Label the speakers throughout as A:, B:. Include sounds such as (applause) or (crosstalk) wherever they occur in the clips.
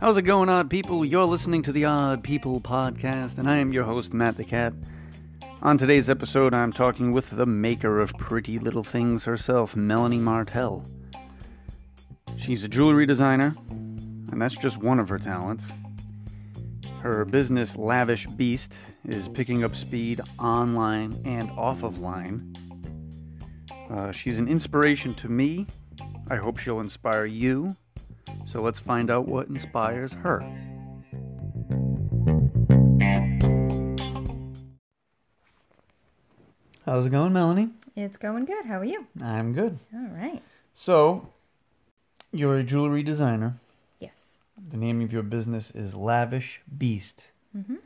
A: How's it going, odd people? You're listening to the Odd People Podcast, and I am your host, Matt the Cat. On today's episode, I'm talking with the maker of Pretty Little Things herself, Melanie Martell. She's a jewelry designer, and that's just one of her talents. Her business, Lavish Beast, is picking up speed online and off of line. Uh, she's an inspiration to me. I hope she'll inspire you. So let's find out what inspires her. How's it going, Melanie?
B: It's going good. How are you?
A: I'm good.
B: All right.
A: So, you're a jewelry designer.
B: Yes.
A: The name of your business is Lavish Beast.
B: Mhm.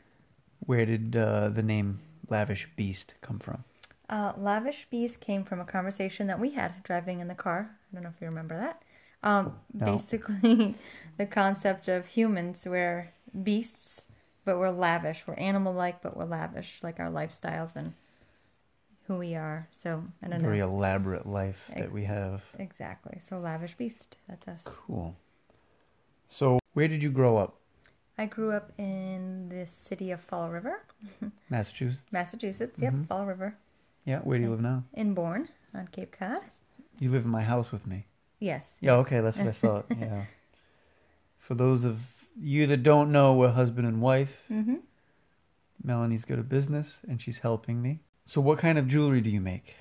A: Where did uh, the name Lavish Beast come from?
B: Uh, lavish bees came from a conversation that we had driving in the car. I don't know if you remember that. Um,
A: No.
B: Basically, (laughs) the concept of humans we're beasts, but we're lavish. We're animal-like, but we're lavish, like our lifestyles and who we are. So I don't
A: Very
B: know
A: elaborate life that
B: Ex-
A: we have.
B: exactly. So lavish beast. That's us.
A: Cool. So, where did you grow up?
B: I grew up in the city of Fall River,
A: Massachusetts?
B: Massachusetts. Yep, Fall River,
A: Yeah, where do you live now?
B: in Bourne on Cape Cod.
A: You live in my house with me.
B: Yes.
A: Yeah, okay, that's what I
B: (laughs)
A: thought. Yeah. For those of you that don't know, we're husband and wife.
B: Mm-hmm.
A: Melanie's got a business and she's helping me. So, what kind of jewelry do you make?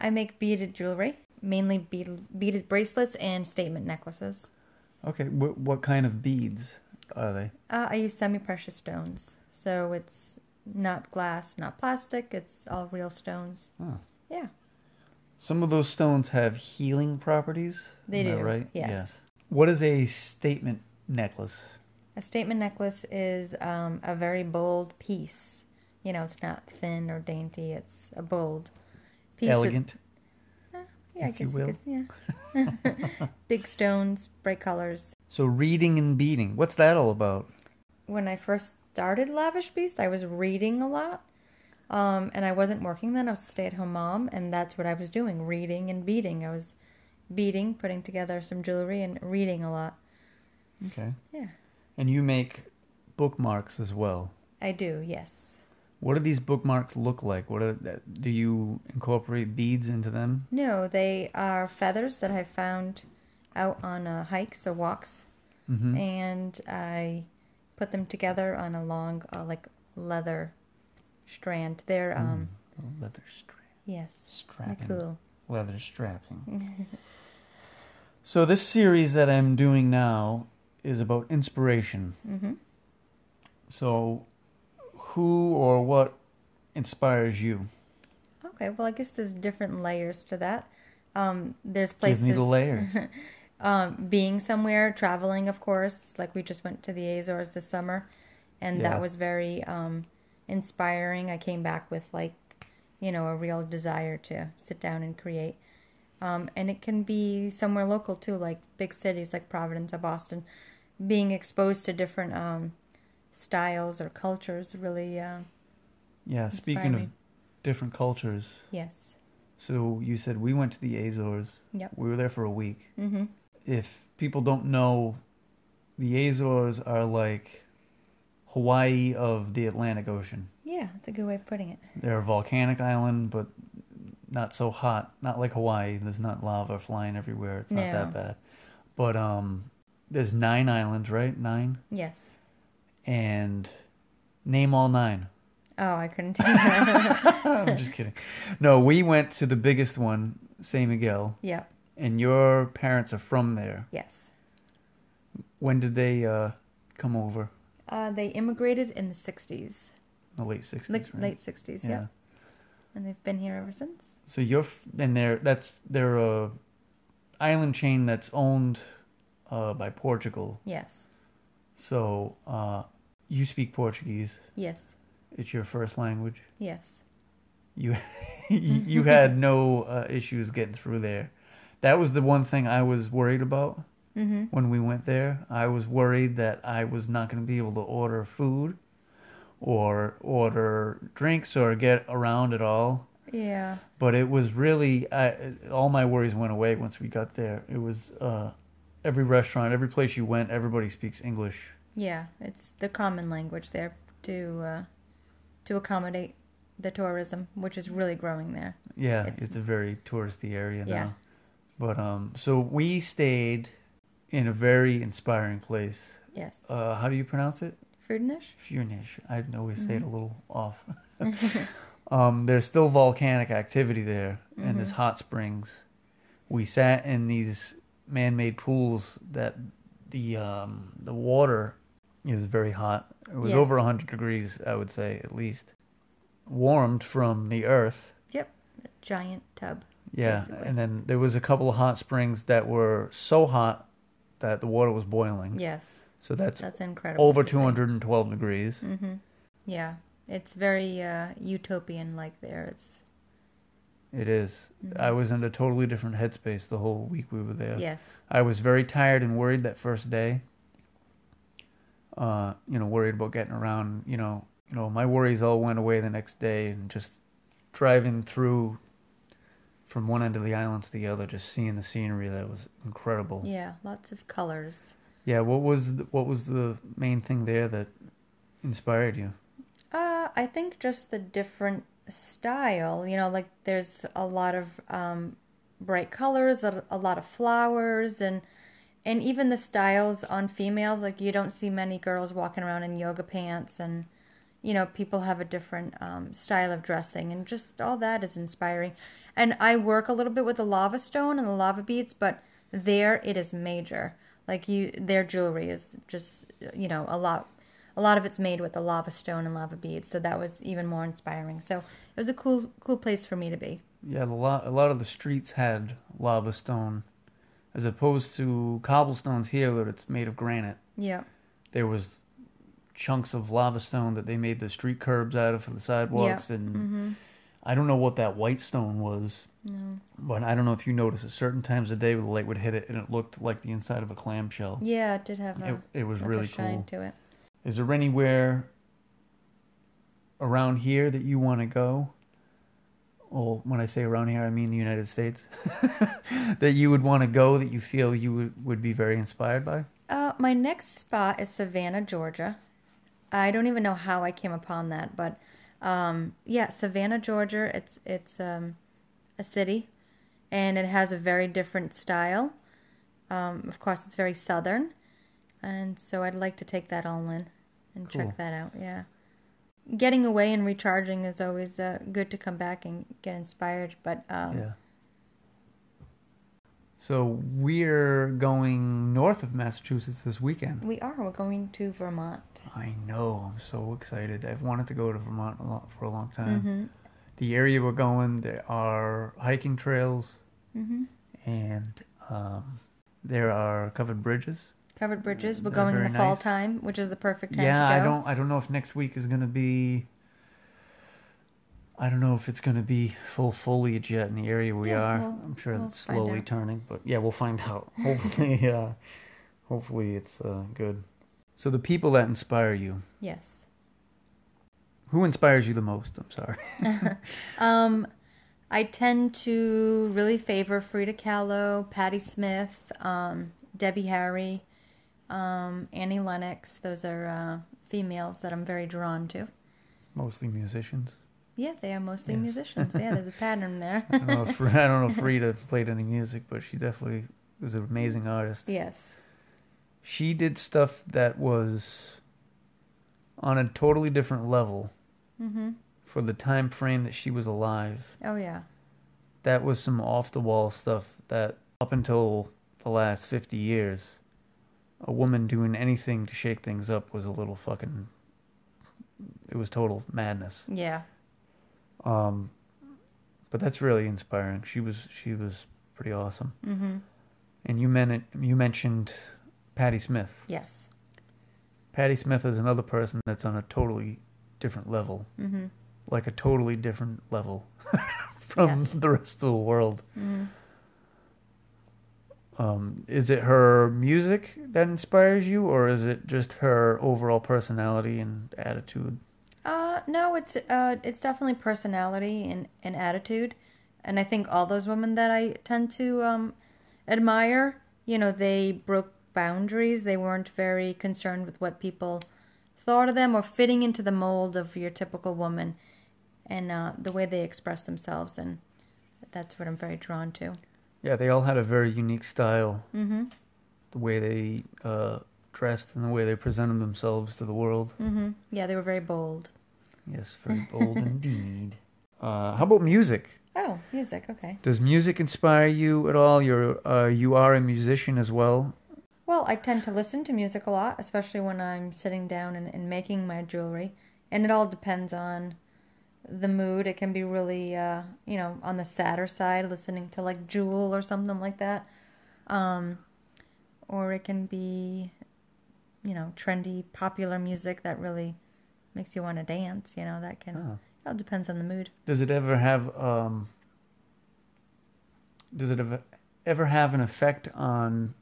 B: I make beaded jewelry, mainly bead, beaded bracelets and statement necklaces.
A: Okay, what, what kind of beads are they?
B: Uh, I use semi precious stones, so it's not glass, not plastic, it's all real stones.
A: Oh.
B: Yeah,
A: Some of those stones have healing properties.
B: They
A: Am I
B: do,
A: right?
B: yes.
A: What is a statement necklace?
B: a statement necklace is um, a very bold piece. You know, it's not thin or dainty, it's a bold piece. with-
A: Elegant.
B: yeah, I
A: if you
B: guess
A: will.
B: could- yeah. (laughs) Big stones, bright colors.
A: So, reading and beading. What's that all about?
B: when I first started Lavish Beast, I was reading a lot. Um, and I wasn't working then. I was a stay at home mom. And that's what I was doing reading and beading. I was beading, putting together some jewelry, and reading a lot.
A: Okay.
B: Yeah.
A: And you make bookmarks as well.
B: I do, yes.
A: What do these bookmarks look like? What are, do you incorporate beads into them?
B: No, they are feathers that I found out on uh, hikes or walks. Mm-hmm.
A: Mhm.
B: And I put them together on a long, uh, like, leather strand. They're, um,
A: Leather stra-
B: yes, they're
A: strapping.
B: cool.
A: Leather strapping.
B: (laughs)
A: so this series that I'm doing now is about inspiration.
B: Mhm.
A: So, who or what inspires you?
B: Okay, well, I guess there's different layers to that. Um, there's places
A: Give me the
B: (laughs)
A: layers.
B: um, being somewhere, traveling, of course. Like we just went to the Azores this summer, and
A: Yeah.
B: that was very um, inspiring. I came back with like, you know, a real desire to sit down and create. Um, and it can be somewhere local too, like big cities like Providence or Boston. Being exposed to different um, styles or cultures really, uh,
A: yeah, speaking of
B: me.
A: different cultures.
B: yes,
A: So you said we went to the Azores.
B: Yep.
A: We were there for a week.
B: hmm
A: if people don't know, the Azores are like Hawaii of the Atlantic Ocean.
B: yeah, that's a good way of putting it.
A: They're a volcanic island, but not so hot. Not like Hawaii. There's not lava flying everywhere. It's not that
B: No.
A: bad. But um, there's nine islands, right? Nine.
B: Yes.
A: And name all nine. (laughs)
B: Oh, I couldn't do that. (laughs)
A: I'm just kidding. No, we went to the biggest one, San Miguel,
B: yeah.
A: and your parents are from there.
B: Yes.
A: When did they uh, come over?
B: Uh, they immigrated in the 60s,
A: The late 60s,
B: like
A: right?
B: late 60s, yeah.
A: Yeah.
B: And they've been here ever since.
A: So you're f- and they're that's they're a island chain that's owned uh, by Portugal.
B: Yes.
A: So uh, you speak Portuguese.
B: Yes.
A: It's your first language.
B: Yes.
A: You (laughs) you had no uh, issues getting through there. That was the one thing I was worried about
B: Mm-hmm.
A: when we went there. I was worried that I was not going to be able to order food or order drinks or get around at all.
B: Yeah.
A: But it was really I, all my worries went away once we got there. It was uh, every restaurant, every place you went, everybody speaks English.
B: Yeah, it's the common language there to uh, to accommodate the tourism, which is really growing there.
A: Yeah, it's,
B: It's-
A: a very touristy area now.
B: Yeah.
A: But um, so we stayed in a very inspiring place.
B: Yes.
A: Uh, how do you pronounce it?
B: Foodnish?
A: Furnish. I always say it
B: Mm-hmm.
A: a little
B: (laughs)
A: off. (laughs) um, there's still volcanic activity there, and there's
B: Mm-hmm.
A: hot springs. We sat in these man-made pools that the um, the water is very hot. It was
B: Yes.
A: over 100 degrees, I would say at least, warmed from the earth.
B: Yep. A giant tub.
A: Yeah,
B: basically.
A: and then there was a couple of hot springs that were so hot that the water was boiling.
B: Yes.
A: So that's,
B: That's incredible.
A: over
B: to see. Mm-hmm.
A: 212 degrees.
B: Yeah. It's very uh, utopian like there. It's
A: It is. I was in a totally different headspace the whole week we were there.
B: yes.
A: I was very tired and worried that first day. Uh, you know, worried about getting around. You know, you know, my worries all went away the next day, and just driving through from one end of the island to the other, just seeing the scenery that was incredible.
B: Yeah, lots of colors.
A: Yeah, what was the, what was the main thing there that inspired you?
B: Uh, I think just the different style. You know, like there's a lot of um, bright colors, a, a lot of flowers, and and even the styles on females. Like you don't see many girls walking around in yoga pants, and you know, people have a different um, style of dressing, and just all that is inspiring. And I work a little bit with the lava stone and the lava beads, but there it is major. Like you, their jewelry is just you know a lot. A lot of it's made with the lava stone and lava beads, so that was even more inspiring. So it was a cool, cool place for me to be.
A: Yeah, a lot a lot of the streets had lava stone, as opposed to cobblestones here that it's made of granite.
B: Yeah,
A: There was chunks of lava stone that they made the street curbs out of for the sidewalks, and
B: mm-hmm.
A: I don't know what that white stone was, but I don't know if you noticed. At certain times of day, the light would hit it, and it looked like the inside of a clamshell.
B: yeah, it did have a,
A: It, it was
B: like a
A: really
B: shine
A: cool.
B: to it.
A: Is there anywhere around here that you want to go? Well, when I say around here, I mean the United States. (laughs) that you would want to go that you feel you would, would be very inspired by?
B: Uh, my next spot is Savannah, Georgia. I don't even know how I came upon that, but um, yeah, Savannah, Georgia. It's it's um, a city, and it has a very different style. Um, of course, it's very southern, and so I'd like to take that all in and
A: Cool.
B: check that out. Yeah, getting away and recharging is always uh, good to come back and get inspired. But um,
A: Yeah. So we're going north of Massachusetts this weekend.
B: we are. We're going to Vermont.
A: I know. I'm so excited. I've wanted to go to Vermont a lot, for a long time.
B: Mm-hmm.
A: The area we're going, there are hiking trails,
B: Mm-hmm.
A: and um, there are covered bridges.
B: Covered bridges. We're
A: Mm, They're
B: going in the
A: very
B: fall
A: nice.
B: time, which is the perfect time
A: yeah,
B: to
A: I
B: go.
A: don't. I don't know if next week is gonna be. I don't know if it's gonna be full foliage yet in the area we
B: Yeah,
A: are.
B: we'll-
A: I'm sure
B: we'll
A: that's
B: find
A: slowly
B: out.
A: turning, but yeah, we'll find out. (laughs) Hopefully, yeah. Hopefully, it's uh, good. So the people that inspire you,
B: Yes.
A: who inspires you the most? I'm sorry. (laughs)
B: Um, I tend to really favor Frida Kahlo, Patti Smith, um, Debbie Harry, um, Annie Lennox. Those are uh, females that I'm very drawn to.
A: Mostly musicians.
B: Yeah, they are mostly
A: Yes. Oh.
B: musicians.
A: (laughs)
B: Yeah, there's a pattern there.
A: I don't know if, I don't know if Frida played any music, but she definitely was an amazing artist.
B: (laughs) yes.
A: she did stuff that was on a totally different level for the time frame that she was alive.
B: Mm-hmm. Oh yeah.
A: That was some off the wall stuff that up until the last 50 years a woman doing anything to shake things up was a little fucking it was total madness.
B: Yeah.
A: Um but that's really inspiring. She was she was pretty awesome.
B: Mm-hmm.
A: And you men you mentioned Patti Smith.
B: Yes.
A: Patti Smith is another person that's on a totally different level,
B: Mm-hmm.
A: like a totally different level (laughs) from
B: Yes.
A: the rest of the world.
B: Mm-hmm.
A: Um, is it her music that inspires you, or is it just her overall personality and attitude?
B: Uh, Uh, no, it's uh, it's definitely personality and, and attitude, and I think all those women that I tend to um, admire, you know, they broke boundaries. They weren't very concerned with what people thought of them or fitting into the mold of your typical woman, and uh, the way they express themselves, and that's what I'm very drawn to.
A: Yeah, they all had a very unique style,
B: Mm-hmm.
A: the way they uh, dressed and the way they presented themselves to the world.
B: Mm-hmm. Yeah, they were very bold.
A: Yes, (laughs) very bold indeed. Uh, how about music?
B: Oh, music. Okay.
A: Does music inspire you at all? You're uh, you are a musician as well.
B: Well, I tend to listen to music a lot, especially when I'm sitting down and, and making my jewelry. And it all depends on the mood. It can be really, uh, you know, on the sadder side, listening to like Jewel or something like that. Um, or it can be, you know, trendy, popular music that really makes you want to dance. You know, that can,
A: Oh.
B: it all depends on the mood.
A: Does it ever have um, does it ever, ever have an effect on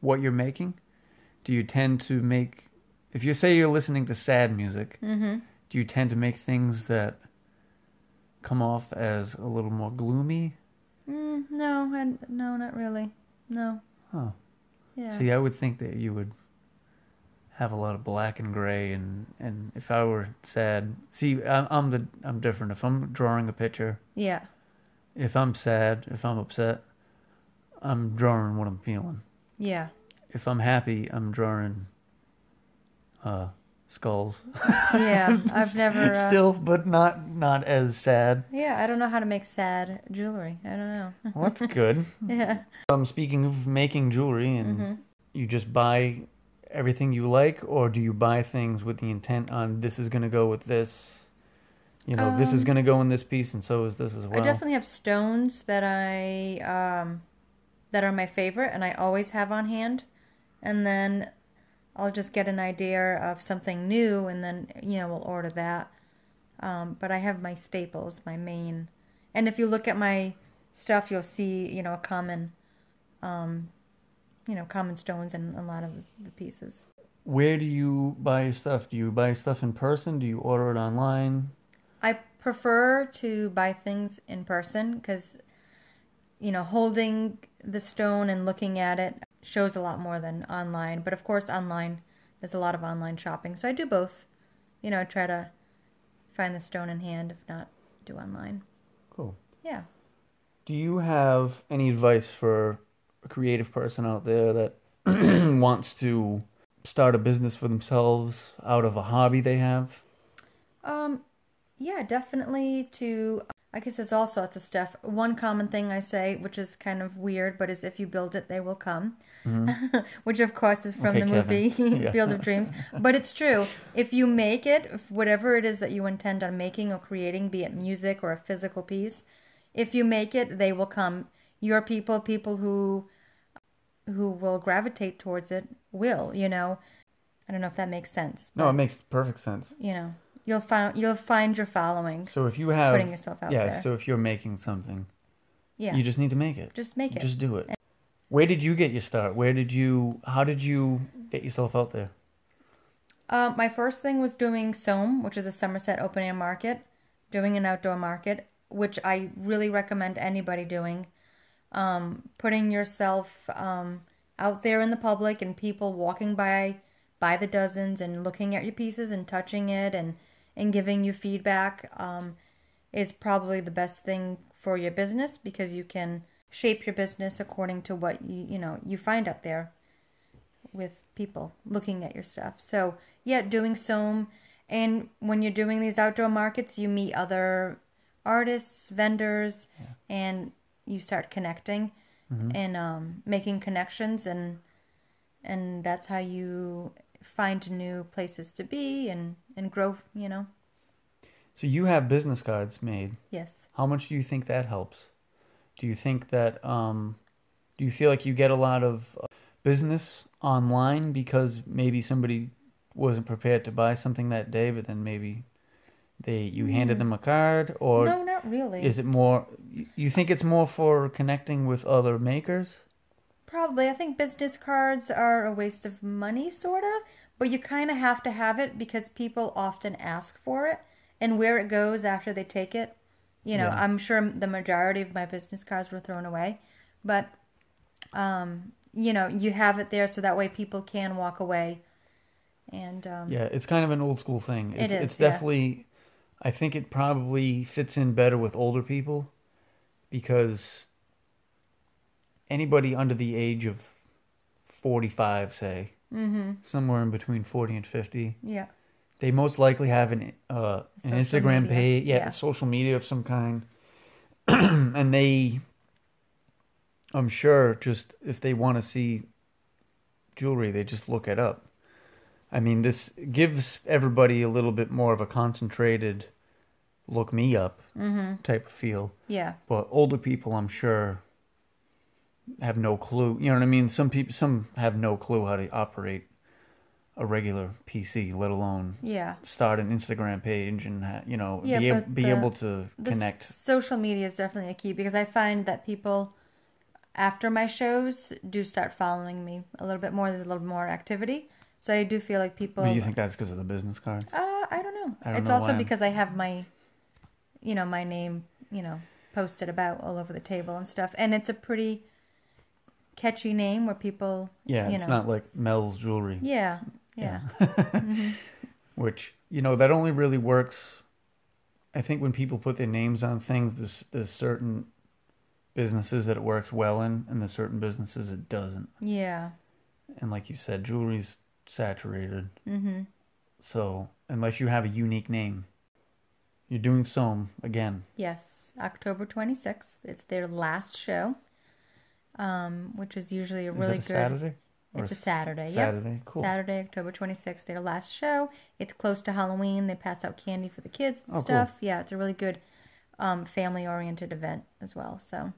A: what you're making? Do you tend to make if you say you're listening to sad music,
B: Mm-hmm.
A: do you tend to make things that come off as a little more gloomy?
B: Mm, no, I, no, not really. No.
A: Huh.
B: Yeah.
A: See, I would think that you would have a lot of black and gray, and and if I were sad, see, I'm, I'm the I'm different. If I'm drawing a picture,
B: Yeah.
A: if I'm sad, if I'm upset, I'm drawing what I'm feeling.
B: Yeah.
A: If I'm happy, I'm drawing uh,
B: (laughs)
A: skulls.
B: Yeah. I've never. Uh,
A: Still, but not not as
B: (laughs)
A: sad.
B: Yeah, I don't know how to make sad jewelry. I don't know.
A: Well, that's good.
B: yeah.
A: um, speaking of making jewelry, and
B: Mhm.
A: you just buy everything you like or do you buy things with the intent on this is going to go with this you know this is
B: Um,
A: going to go in this piece and so is this as well
B: I definitely have stones that I um that are my favorite and I always have on hand. And then I'll just get an idea of something new and then you know, we'll order that. Um, but I have my staples, my main. And if you look at my stuff, you'll see, you know, a common um you know, common stones and a lot of the pieces.
A: where do you buy your stuff do you buy stuff in person do you order it online
B: I prefer to buy things in person because, you know, holding the stone and looking at it shows a lot more than online. But of course, online, there's a lot of online shopping. So I do both. You know, I try to find the stone in hand, if not, do online.
A: cool
B: Yeah.
A: do you have any advice for a creative person out there that (clears throat) wants to start a business for themselves out of a hobby they have
B: Um, yeah, definitely to. I guess there's all sorts of stuff. One common thing I say, which is kind of weird, but is if you build it, they will come, (laughs) which of course is from
A: Mm-hmm. Okay,
B: the movie (laughs)
A: Kevin. (laughs) Yeah.
B: Field of Dreams. But it's true. If you make it, if whatever it is that you intend on making or creating, be it music or a physical piece, if you make it, they will come. Your people, people who who will gravitate towards it, will. You know, I don't know if that makes sense.
A: no
B: but,
A: it makes perfect sense
B: you know, you'll find you'll find your following.
A: so if you have
B: Putting yourself out
A: yeah
B: there.
A: so if you're making something
B: Yeah.
A: You just need to make it.
B: just make it.
A: Just do it. Where did you get your start? Where did you? How did you get yourself out there?
B: Uh, my first thing was doing Soam, which is a Somerset open air market, doing an outdoor market, which I really recommend anybody doing. Um, putting yourself um, out there in the public and people walking by by the dozens and looking at your pieces and touching it and and giving you feedback um, is probably the best thing for your business because you can shape your business according to what you you know you find out there with people looking at your stuff. So, yeah, doing Soam. And when you're doing these outdoor markets, you meet other artists, vendors, and you start connecting
A: Mm-hmm.
B: and um, making connections. And, and that's how you find new places to be and, and grow, you know.
A: So you have business cards made.
B: Yes.
A: How much do you think that helps? Do you think that? Um, do you feel like you get a lot of uh, business online because maybe somebody wasn't prepared to buy something that day, but then maybe they you handed them a card, or
B: no, not really.
A: is it more? you- You think it's more for connecting with other makers?
B: Probably. I think business cards are a waste of money, sort of, but you kind of have to have it because people often ask for it. and where it goes after they take it. You know,
A: Yeah.
B: I'm sure the majority of my business cards were thrown away, but um, you know, you have it there so that way people can walk away. And um,
A: Yeah, it's kind of an old school thing. It's,
B: is,
A: It's
B: yeah.
A: definitely. I think it probably fits in better with older people, because anybody under the age of forty-five, say,
B: hmm
A: somewhere in between forty and fifty,
B: yeah,
A: they most likely have an uh, an
B: Social
A: Instagram
B: media,
A: page, yeah,
B: yeah.
A: social media of some kind, (clears throat) and they, I'm sure, just if they want to see jewelry, they just look it up. I mean, this gives everybody a little bit more of a concentrated look me up
B: Mm-hmm.
A: type of feel.
B: yeah,
A: But older people, I'm sure, have no clue. You know what I mean? Some people, some have no clue how to operate a regular PC, let alone
B: yeah.
A: start an Instagram page and ha- you know
B: Yeah,
A: be, ab-
B: but
A: be
B: the-
A: able to
B: The
A: connect.
B: s- social media is definitely a key because I find that people after my shows do start following me a little bit more. There's a little more activity, so I do feel like people.
A: Do you think that's because of the business cards?
B: Uh, I don't know.
A: I don't
B: it's
A: know why.
B: also because I have my, you know, my name, you know, posted about all over the table and stuff, and it's a pretty catchy name where people.
A: Yeah,
B: you
A: it's
B: know,
A: not like Mel's jewelry,
B: Yeah, yeah,
A: which you know that only really works. I think when people put their names on things, there's there's certain businesses that it works well in, and there's certain businesses it doesn't.
B: yeah,
A: And like you said, jewelry's saturated,
B: mm-hmm.
A: so unless you have a unique name, you're doing some again.
B: Yes, October 26th. It's their last show, um, which is usually a
A: Is
B: really
A: it a
B: good.
A: Saturday? Or
B: It's a
A: s-
B: Saturday. yep.
A: Saturday, cool.
B: Saturday, October 26th, their last show. It's close to Halloween. They pass out candy for the kids and
A: Oh, cool.
B: stuff. Yeah, it's a really good um, family oriented event as well. So,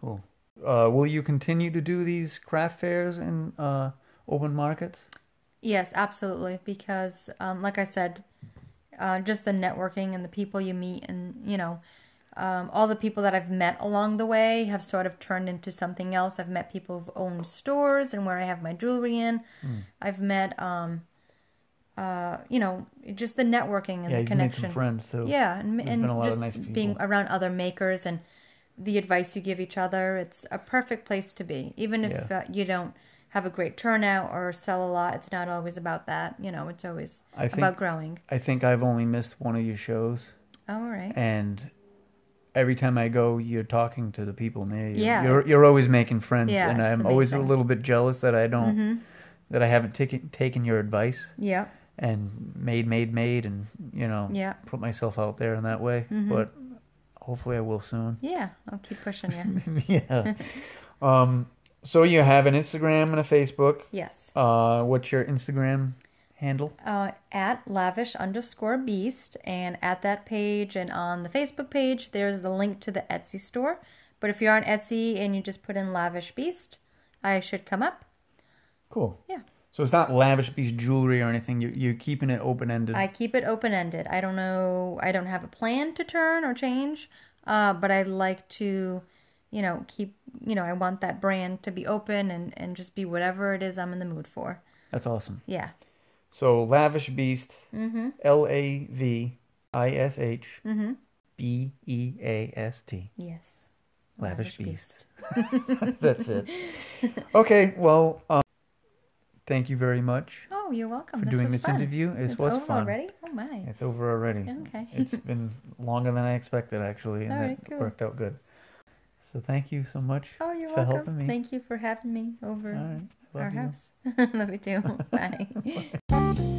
A: Cool. Uh, will you continue to do these craft fairs and uh, open markets?
B: yes, absolutely. Because, um, like I said, uh, just the networking and the people you meet, and, you know, um, all the people that I've met along the way have sort of turned into something else. I've met people who've owned stores and where I have my jewelry in.
A: Hmm.
B: I've met, um, uh, you know, just the networking and
A: yeah,
B: the
A: you can make
B: connection.
A: some friends too.
B: yeah and,
A: There's been a
B: and
A: lot of
B: just
A: nice
B: being
A: people.
B: around other makers and the advice you give each other it's a perfect place to be even if uh, you don't have a great turnout or sell a lot it's not always about that you know it's always
A: I think-
B: about growing
A: I think I've only missed one of your shows,
B: oh, all right
A: and every time I go, you're talking to the people near you.
B: Yeah,
A: you're
B: it's-
A: you're always making friends,
B: Yeah,
A: and
B: it's
A: I'm always a
B: amazing. Mm-hmm.
A: little bit jealous that I don't that I haven't taken taken your advice
B: yeah
A: and made made made and you know
B: Yeah. Mm-hmm.
A: put myself out there in that way. But hopefully, I will soon.
B: yeah i'll keep pushing
A: (laughs)
B: you
A: yeah. um, so you have an Instagram and a Facebook.
B: yes
A: Uh, what's your Instagram handle?
B: uh, at lavish underscore beast and at that page and on the facebook page there's the link to the etsy store but if you're on etsy and you just put in lavish beast i should come up
A: Cool.
B: yeah
A: So it's not lavish piece of jewelry or anything. You you're keeping it open ended.
B: I keep it open ended. I don't know. I don't have a plan to turn or change, uh, but I like to, you know, keep. You know, I want that brand to be open and and just be whatever it is I'm in the mood for.
A: That's awesome.
B: Yeah. Mm-hmm.
A: So lavish beast. L A V I S H B E A S T. (laughs)
B: Yes.
A: Lavish beast.
B: beast.
A: That's
B: (laughs)
A: it. Okay. Well, um, thank you very much
B: Oh, you're welcome.
A: for
B: this
A: doing
B: was
A: this
B: fun.
A: interview. It
B: It's
A: was
B: over
A: fun.
B: already. Oh my.
A: It's over already.
B: Okay. (laughs)
A: it's been longer than I expected, actually, and
B: All
A: that
B: right, cool.
A: worked out good. So thank you so much
B: Oh, you're
A: for helping
B: welcome.
A: me.
B: Thank you for having me
A: All
B: over
A: right, I
B: our
A: love you.
B: house. (laughs) love
A: (laughs)
B: you too. Bye.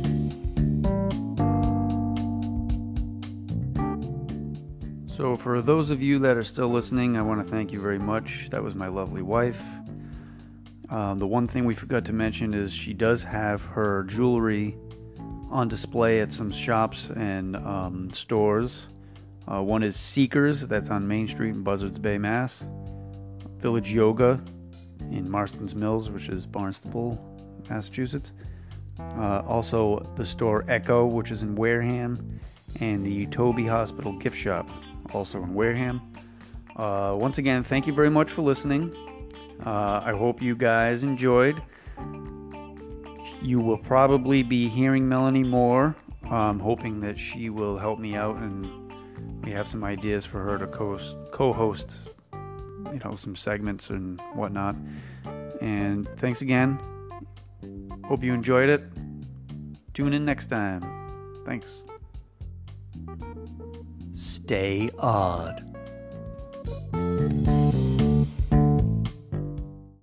A: So, for those of you that are still listening, I want to thank you very much. That was my lovely wife. Um, the one thing we forgot to mention is she does have her jewelry on display at some shops and um, stores. Uh, one is Seekers, that's on Main Street in Buzzards Bay, Mass. Village Yoga in Marston's Mills, which is Barnstable, Massachusetts. Uh, also, the store Echo, which is in Wareham, and the Toby Hospital gift shop, also in Wareham. Uh, once again, thank you very much for listening. Uh, I hope you guys enjoyed. You will probably be hearing Melanie more I'm hoping that she will help me out and we have some ideas for her to co- co-host, you know, some segments and whatnot. And thanks again. Hope you enjoyed it. Tune in next time. Thanks. Stay odd.